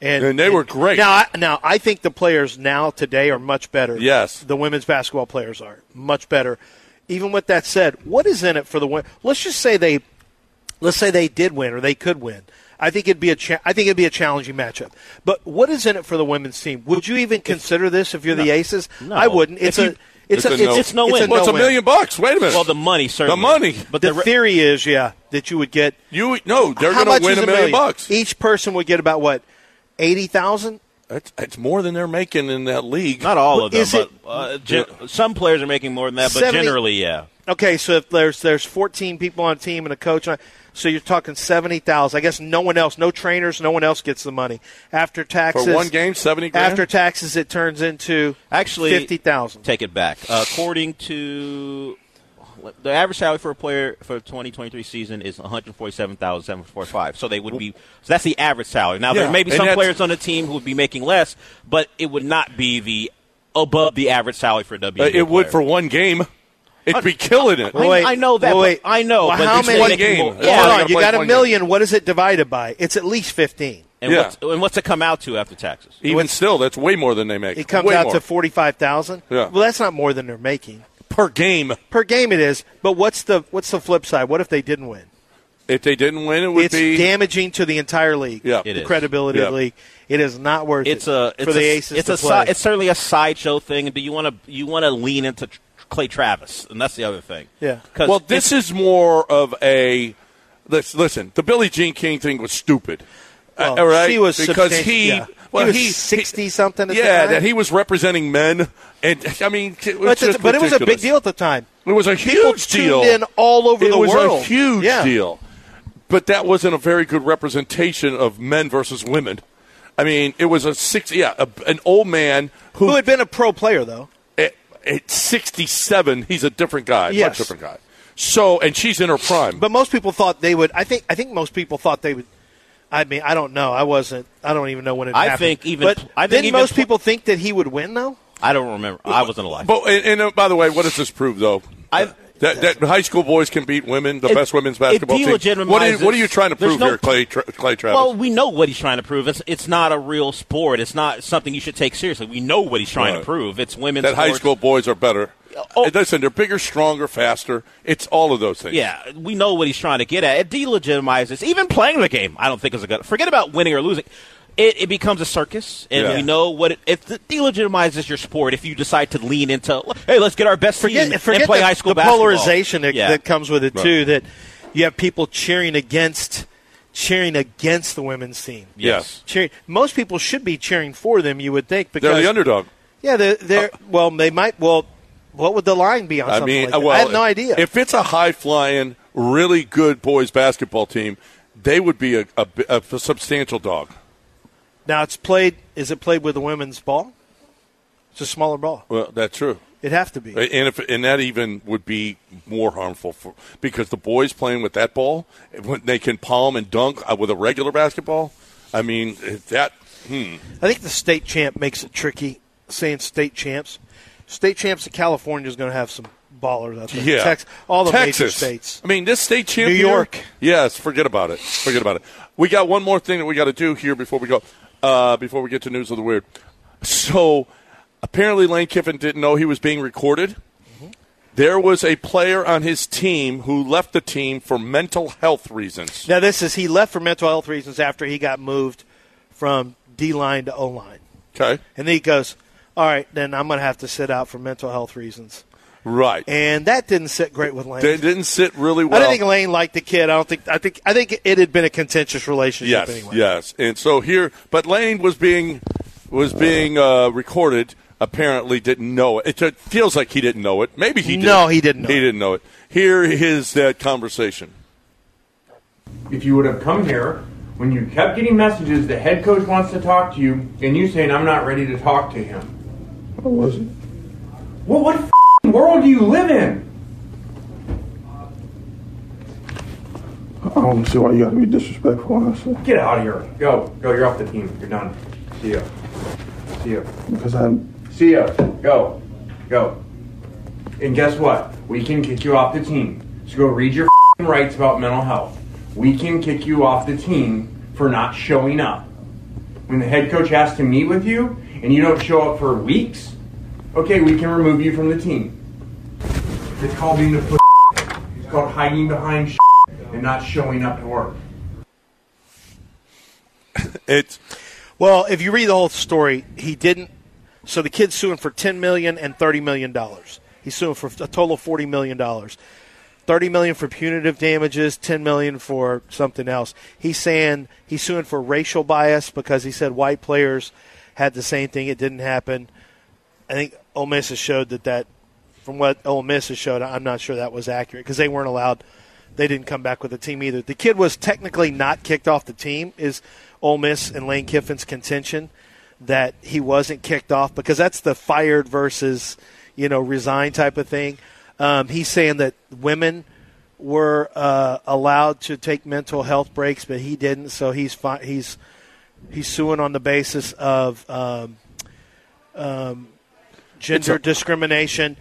and, And they were great. Now, I, now I think the players now today are much better. Yes. the women's basketball players are much better. Even with that said, what is in it for the win? Let's just say they, let's say they did win or they could win. I think it'd be a cha- I think it'd be a challenging matchup. But what is in it for the women's team? Would you even consider this if you're the Aces? No. I wouldn't. It's If a you- it's, a, it's a no- it's no win. well, it's a no-win. million bucks. Wait a minute. Well, the money certainly. money. but the the, re- theory is, yeah, that you would get. you no, they're How going much to win is a million bucks. Each person would get about what eighty thousand. That's, that's more than they're making in that league. not all of them. Is it- but, uh, gen- some players are making more than that, but 70 generally, yeah. Okay, so if there's there's 14 people on a team and a coach, and I- so you're talking 70,000. I guess no one else, no trainers, no one else gets the money after taxes. one game, 70 grand? After taxes, it turns into Actually, 50,000. Take it back. Uh, According to the average salary for a player for 2023 season is 147,745. So they would be. So that's the average salary. Now Yeah, there may be and some that's- players on the team who would be making less, but it would not be the above the average salary for a WNBA. Uh, it would player. for one game. It'd be killing it. I- I know that. Well, wait. but I know. Well, but how it's many making game? more- That's Yeah. all Hold I on, gotta you play got a one million. What is it divided by? It's at least fifteen. And, Yeah. What's, and what's it come out to after taxes? Even still, that's way more than they make. It comes Way out more. to forty-five thousand. Yeah. Well, that's not more than they're making per game. per game. It is. But what's the what's the flip side? What if they didn't win? If they didn't win, it would it's be damaging to the entire league. Yeah. It the is. credibility of the Yeah. league. It is not worth It's it a it's for a, the Aces It's to a si- play. it's certainly a sideshow thing. But you want to you want to lean into Tr- Clay Travis, and that's the other thing. Yeah. 'Cause Well, it's- this is more of a. Let's listen. The Billie Jean King thing was stupid. Uh, Well, all right? she was because substanti- he. yeah. Well, He was he 60 something at the Yeah, time. that he was representing men, and I mean, it was but, it's- just but it was a big ridiculous. deal at the time. It was a People huge tuned deal. in all over it the was world. a huge Yeah. deal. But that wasn't a very good representation of men versus women. I mean, it was a six. Yeah, a, an old man who, Who had been a pro player though? at, at sixty-seven, he's a different guy, Yes. much different guy. So, and she's in her prime. But most people thought they would. I think. I think most people thought they would. I mean, I don't know. I wasn't. I don't even know when it I happened. think even- But I think didn't even most pl- people think that he would win though? I don't remember. I wasn't alive. But and, and uh, by the way, what does this prove, though? I- that, that high school boys can beat women, the It- best women's it basketball team. What are, you, delegitimizes- what are you trying to there's prove no- here, Clay, Tra- Clay Travis? Well, we know what he's trying to prove. It's it's not a real sport. It's not something you should take seriously. We know what he's trying Right. to prove. It's women's that high sports. school boys are better. Oh. And Listen, they're bigger, stronger, faster. It's all of those things. Yeah, we know what he's trying to get at. It delegitimizes even playing the game. I don't think is a good. Forget about winning or losing. It, it becomes a circus, and Yeah. we know what it, it delegitimizes your sport if you decide to lean into. Hey, let's get our best team Forget, forget and play the, high school the basketball. polarization that, Yeah. that comes with it too. That you have people cheering against, cheering against the women's team. Yes. Cheering, most people should be cheering for them. You would think because They're the underdog. Yeah, they're, they're well. They might. Well, what would the line be on I something mean, like that? well, I have no idea. If it's a high flying, really good boys basketball team, they would be a, a, a substantial dog. now it's played. Is it played with a women's ball? It's a smaller ball. Well, that's true. It'd have to be. And if and that even would be more harmful for because the boys playing with that ball when they can palm and dunk uh, with a regular basketball. I mean that. Hmm. I think the state champ makes it tricky saying state champs. State champs of California is going to have some ballers out there. Yeah, Tex- all the Texas. major states. I mean, this state champion. York. Yes, forget about it. Forget about it. We got one more thing that we got to do here before we go. Uh, before we get to news of the weird. So apparently, Lane Kiffin didn't know he was being recorded. Mm-hmm. There was a player on his team who left the team for mental health reasons. Now this is he left for mental health reasons after he got moved from D line to O line, Okay. and then he goes, "All right, then I'm going to have to sit out for mental health reasons." Right. And that didn't sit great with Lane. they didn't sit really I well. don't think Lane liked the kid. I don't think. I think. I think it had been a contentious yes, relationship. anyway. yes. And so here, but Lane was being was being uh, recorded. Apparently, didn't know it. It ju- feels like he didn't know it. Maybe he did. No, he didn't know he it. didn't know it. Here is that conversation. if you would have come here when you kept getting messages the head coach wants to talk to you and you saying i'm not ready to talk to him i wasn't well what f***ing world do you live in I don't see why you gotta be disrespectful, honestly. get out of here go go you're off the team you're done see ya see ya Because I'm. see ya go go and guess what we can kick you off the team so go read your f***ing rights about mental health we can kick you off the team for not showing up when the head coach has to meet with you and you don't show up for weeks, okay, we can remove you from the team. It's called being a pussy. It's called hiding behind shit and not showing up to work. It's Well, if you read the whole story, he didn't. So the kid's suing for ten million and thirty million dollars. He's suing for a total of forty million dollars. Thirty million for punitive damages, ten million for something else. He's saying he's suing for racial bias because he said white players had the same thing. It didn't happen. I think Ole Miss has showed that that, from what Ole Miss has showed, I'm not sure that was accurate because they weren't allowed. They didn't come back with the team either. The kid was technically not kicked off the team. Is Ole Miss and Lane Kiffin's contention that he wasn't kicked off because that's the fired versus you know resign type of thing. Um, he's saying that women were uh, allowed to take mental health breaks, but he didn't. So he's fi- he's he's suing on the basis of um, gender discrimination.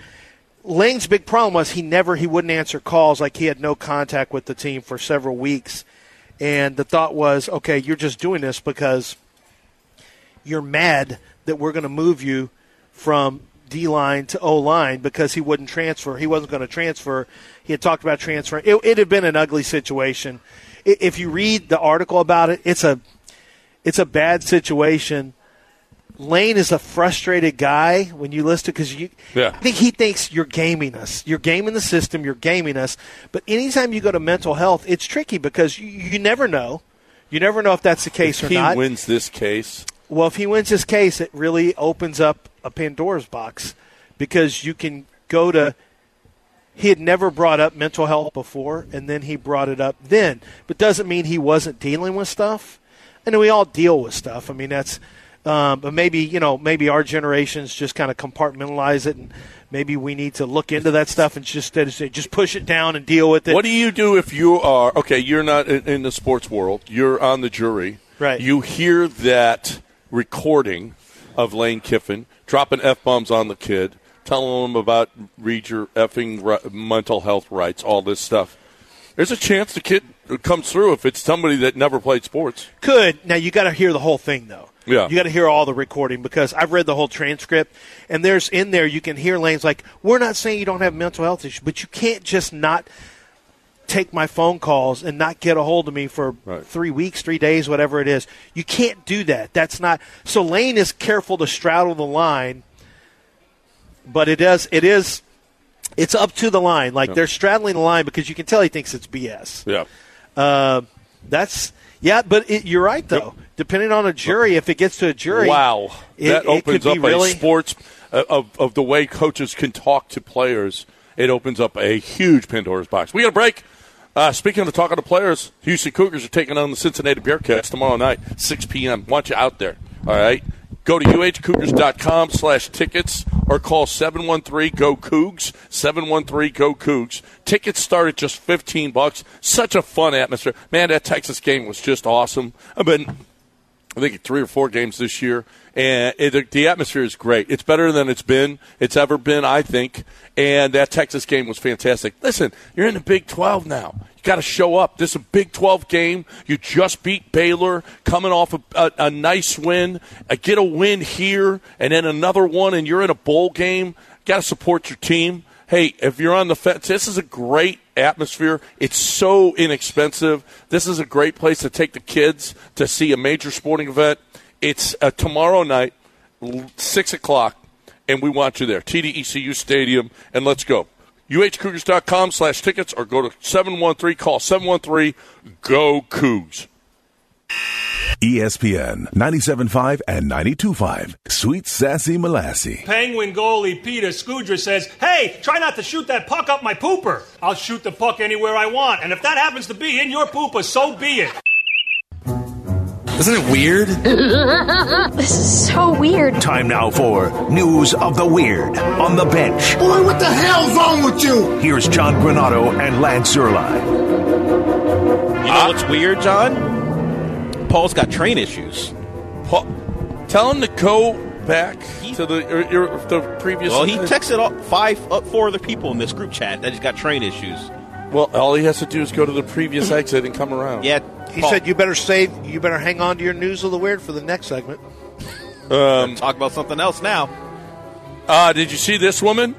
Ling's big problem was he never he wouldn't answer calls like he had no contact with the team for several weeks. And the thought was, okay, you're just doing this because you're mad that we're going to move you from D line to O line because he wouldn't transfer. He wasn't going to transfer. He had talked about transferring. It, it had been an ugly situation. I- If you read the article about it, it's a it's a bad situation. Lane is a frustrated guy when you list it because you. Yeah. I think he thinks you're gaming us. You're gaming the system. You're gaming us. But anytime you go to mental health, it's tricky because you, you never know. You never know if that's the case or he not. wins this case. Well, if he wins this case, it really opens up a Pandora's box because you can go to. He had never brought up mental health before, and then he brought it up then. But doesn't mean he wasn't dealing with stuff. And we all deal with stuff. I mean, that's. Um, but maybe you know, maybe our generations just kind of compartmentalize it, and maybe we need to look into that stuff and just just push it down and deal with it. What do you do if you are okay? You're not in, in the sports world. You're on the jury. Right. You hear that recording of Lane Kiffin dropping f bombs on the kid, telling him about read your effing ri- mental health rights, all this stuff. There's a chance the kid comes through if it's somebody that never played sports. could now you got to hear the whole thing though. Yeah. you got to hear all the recording because I've read the whole transcript, and there's in there you can hear Lane's like, "We're not saying you don't have mental health issues, but you can't just not take my phone calls and not get a hold of me for three weeks, three days, whatever it is. You can't do that. That's not so. Lane is careful to straddle the line, but it does. It is. It's up to the line. Like Yeah. they're straddling the line because you can tell he thinks it's BS. Yeah. Uh, that's yeah, but it, you're right though. Depending on a jury, if it gets to a jury, Wow, it, that it opens could up be really a sports uh, of of the way coaches can talk to players. It opens up a huge Pandora's box. We got a break. Uh, speaking of talking to players, Houston Cougars are taking on the Cincinnati Bearcats tomorrow night, 6 p.m. Want you out there, all right? Go to uhcougars.com slash tickets or call 713-GO-COUGS, 713-GO-COUGS. Tickets start at just 15 bucks. Such a fun atmosphere. Man, that Texas game was just awesome. I've been I think three or four games this year, and it, the atmosphere is great. It's better than it's been, it's ever been, I think. And that Texas game was fantastic. Listen, you're in the Big 12 now. You got to show up. This is a Big 12 game. You just beat Baylor, coming off a, a, a nice win. Uh, get a win here, and then another one, and you're in a bowl game. Got to support your team hey, if you're on the fence, this is a great atmosphere. It's so inexpensive. This is a great place to take the kids to see a major sporting event. It's uh, tomorrow night, l- 6 o'clock, and we want you there. TDECU Stadium, and let's go. UHCougars.com slash tickets or go to 713, call 713 GO Cougs. E ESPN 97.5 and 92.5. Sweet Sassy Molassie. Penguin goalie Peter Scudra says, Hey, try not to shoot that puck up my pooper. I'll shoot the puck anywhere I want, and if that happens to be in your pooper, so be it. Isn't it weird? this is so weird. Time now for News of the Weird on the bench. Boy, what the hell's wrong with you? Here's John Granado and Lance Zerline. You know what's weird, John? Paul's got train issues. Paul, tell him to go back to the, or, or the previous. Well, he texted all five, uh, four other people in this group chat that he's got train issues. Well, all he has to do is go to the previous exit and come around. Yeah, He said you better save, you better hang on to your news of the weird for the next segment. Um, talk about something else now. Uh, did you see this woman?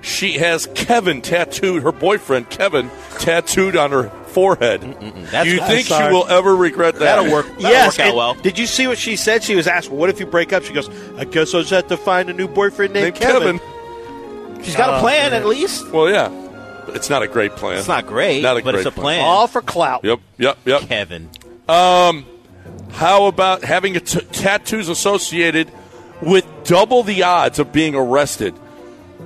She has Kevin tattooed, her boyfriend Kevin tattooed on her forehead. Mm, That's- Do you I think she saw it. will ever regret that? yes. and Did you see what she said? She was asked, well, "What if you break up?" She goes, "I guess I just have to find a new boyfriend named, Kevin." She's got a Oh, plan man. at least. Well, yeah. It's not a great plan. It's not great, Not a but great it's a plan. All for clout. Yep, yep, yep. Kevin. Um, how about having a t- tattoos associated with double the odds of being arrested?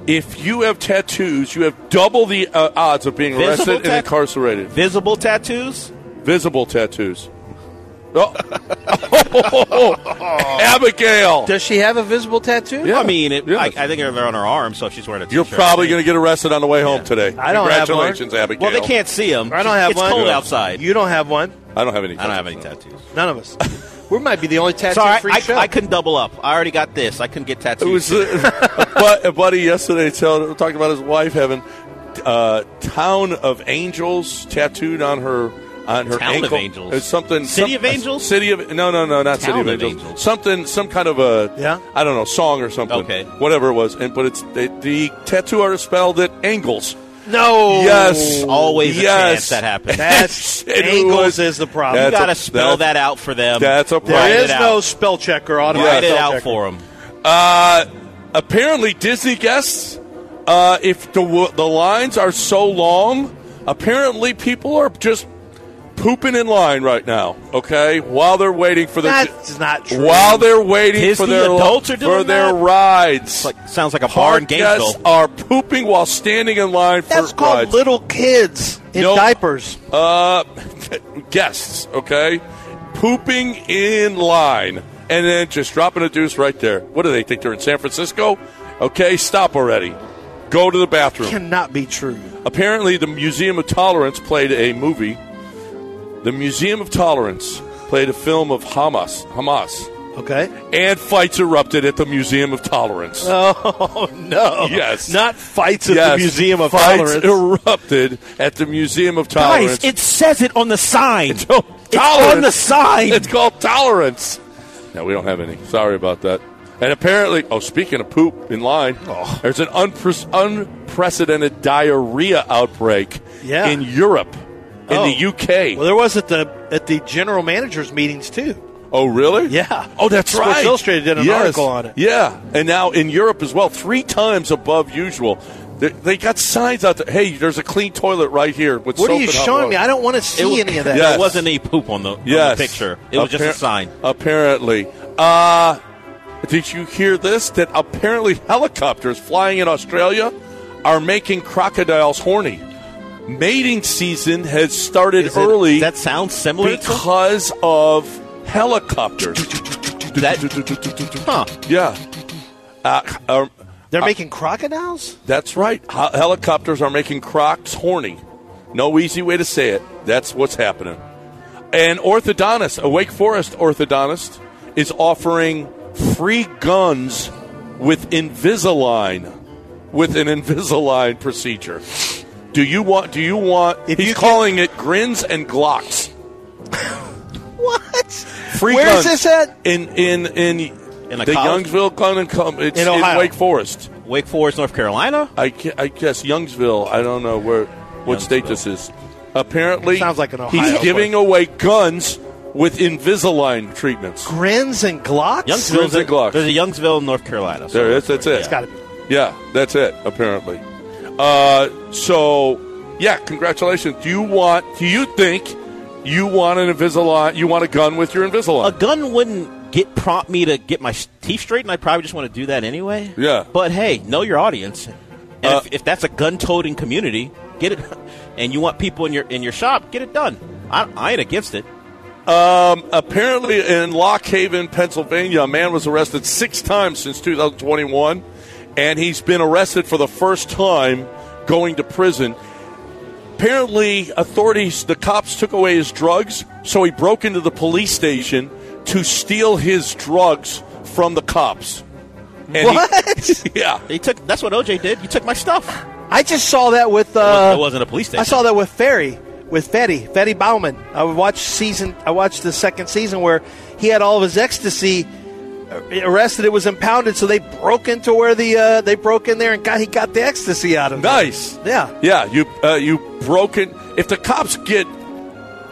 If you have tattoos, you have double the uh, odds of being Visible arrested tat- and incarcerated. Visible tattoos? Visible tattoos. Oh. Abigail. Does she have a visible tattoo? I mean, it, I, I think they're on her arm, so if she's wearing a t-shirt. You're probably going to get arrested on the way home today. I don't have Congratulations, one. Abigail. Well, they can't see him. I don't have It's one. cold Yeah. outside. You don't have one. I don't have any. I don't have any tattoos. None of us. We might be the only tattoo Sorry, free I, show. I couldn't double up. I already got this. I couldn't get It tattoos. was uh, a, a buddy yesterday tell, talking about his wife having uh, "Town of Angels" tattooed on her on her Town of ankle. Angels? It's something City some- of Angels? City of no no no not City Town of, of Angels. Something some kind of a yeah I don't know song or something. Okay, whatever it was. And but it's the, the tattoo artist spelled it Angles. No. Yes. Always a yes. chance that happens. That's It angles was- is the problem. you That's got a- to spell that, out for them. That's a problem. Write There it is out. no spell checker on Write it out for them. Uh, apparently, Disney guests, uh, if the w- the lines are so long, apparently people are just pooping in line right now. Okay, while they're waiting for the That's not true. while they're waiting for Disney their adults are for doing their that? rides. sounds like a bar Park in guests Gainesville. are pooping while standing in line for That's called rides. little kids in No. diapers. Uh, guests, okay? Pooping in line and then just dropping a deuce right there. What do they think? They're in San Francisco? Okay, stop already. Go to the bathroom. Cannot be true. Apparently, the Museum of Tolerance played a movie. The Museum of Tolerance played a film of Hamas. Hamas. Okay. And fights erupted at the Museum of Tolerance. Oh no. Yes. Not fights at Yes, the Museum of fights Tolerance. erupted at the Museum of Tolerance. Guys, it says it on the sign. It's, Tolerance. on the sign. It's called tolerance. No, we don't have any. Sorry about that. And apparently, oh, speaking of poop in line, Oh. there's an unpre- unprecedented diarrhea outbreak Yeah. in Europe, in Oh. the UK. well, there was at the at the general managers meetings too. Oh, really? Yeah. Oh, that's Sports right. Illustrated did an Yes. article on it. Yeah, and now in Europe as well, three times above usual. They, they got signs out there. Hey, there's a clean toilet right here. With What are soap you and hot showing water." me? I don't want to see any of that. Yes. There wasn't any poop on the, on the yes. picture. It was just a Appar- sign. Apparently. Uh, did you hear this? That apparently helicopters flying in Australia are making crocodiles horny. Mating season has started Is it- early That sounds similar to because of helicopters. that. Huh. Yeah. Uh, um, They're uh, making crocodiles? that's right. Hel- helicopters are making crocs horny. No easy way to say it. That's what's happening. An orthodontist, a Wake Forest orthodontist, is offering free guns with Invisalign, with an Invisalign procedure. Do you want? Do you want? If he's you can- calling it grins and glocks. What? Free guns. Where's this at? In in in, In a the college? Youngsville Gun and Com- it's In in Ohio. Wake Forest. Wake Forest, North Carolina? I, ca- I guess Youngsville. I don't know where what state this is. Apparently, Sounds like an Ohio he's place. giving away guns with Invisalign treatments. Grins and glocks? Youngsville's and Glocks. There's a Youngsville, North Carolina. There it is. That's it. It's got to be. Yeah, that's it. Apparently. Uh, so, yeah, congratulations. Do you want? Do you think you want an Invisalign? You want a gun with your A Invisalign? gun wouldn't get prompt me to get my sh- teeth straightened. I'd probably just want to do that anyway. Yeah. But hey, know your audience. And Uh, if, if that's a gun-toting community, get it. And you want people in your in your shop, get it done. I, I ain't against it. Um, apparently, in Lock Haven, Pennsylvania, a man was arrested six times since 2021, and he's been arrested for the first time going to prison. Apparently, authorities, the cops took away his drugs, so he broke into the police station to steal his drugs from the cops. And he- What? yeah. He took that's what OJ did. You took my stuff. I just saw that with. Well, Uh, it wasn't a police station. I saw that with Ferry, with Fetty, Fetty Bauman. I watched season. I watched the second season where he had all of his ecstasy arrested. It was impounded, so they broke into where the uh, they broke in there and got he got the ecstasy out of it. Nice. Yeah. Yeah, you uh, you broken. If the cops get,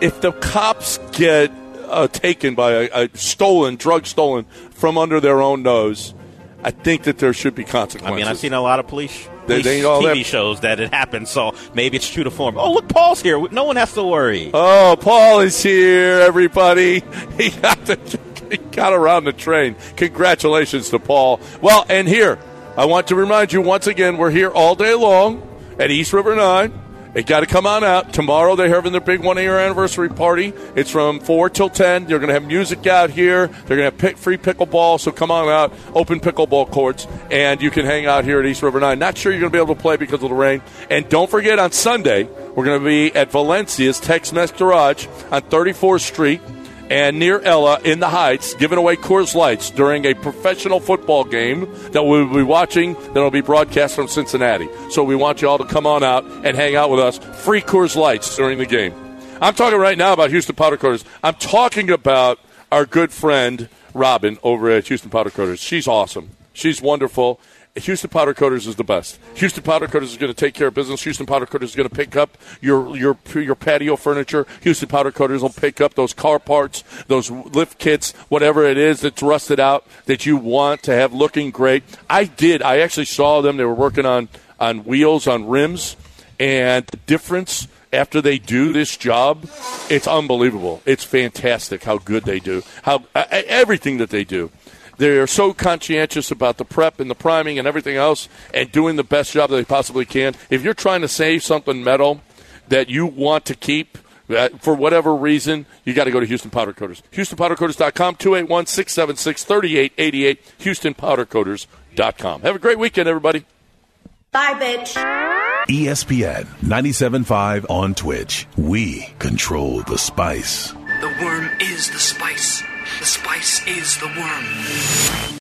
if the cops get uh, taken by a, a stolen drug stolen from under their own nose, I think that there should be consequences. I mean, I've seen a lot of police, They- police they ain't all TV that- shows that it happened, so maybe it's true to form. Oh, look, Paul's here. No one has to worry. Oh, Paul is here, everybody. He got the, he got around the train. Congratulations to Paul. Well, and here, I want to remind you once again, we're here all day long at East River 9. It got to come on out. Tomorrow they're having their big one year anniversary party. It's from 4 till 10. They're going to have music out here. They're going to have pick, free pickleball. So come on out, open pickleball courts, and you can hang out here at East River 9. Not sure you're going to be able to play because of the rain. And don't forget on Sunday, we're going to be at Valencia's Tex Mex Garage on 34th Street and near Ella in the Heights giving away Coors Lights during a professional football game that we'll be watching that will be broadcast from Cincinnati. So we want you all to come on out and hang out with us. Free Coors Lights during the game. I'm talking right now about Houston Powder Coaters. I'm talking about our good friend Robin over at Houston Powder Coaters. She's awesome. She's wonderful. Houston Powder Coaters is the best. Houston Powder Coaters is going to take care of business. Houston Powder Coaters is going to pick up your your your patio furniture. Houston Powder Coaters will pick up those car parts, those lift kits, whatever it is that's rusted out that you want to have looking great. I did. I actually saw them. They were working on on wheels, on rims, and the difference after they do this job, it's unbelievable. It's fantastic how good they do. How uh, everything that they do they are so conscientious about the prep and the priming and everything else and doing the best job that they possibly can. If you're trying to save something metal that you want to keep that for whatever reason, you got to go to Houston Powder Coaters. HoustonPowderCoaters.com, 281 676 3888, HoustonPowderCoaters.com. Have a great weekend, everybody. Bye, bitch. E ESPN 975 on Twitch. We control the spice. The worm is the spice. The spice is the worm.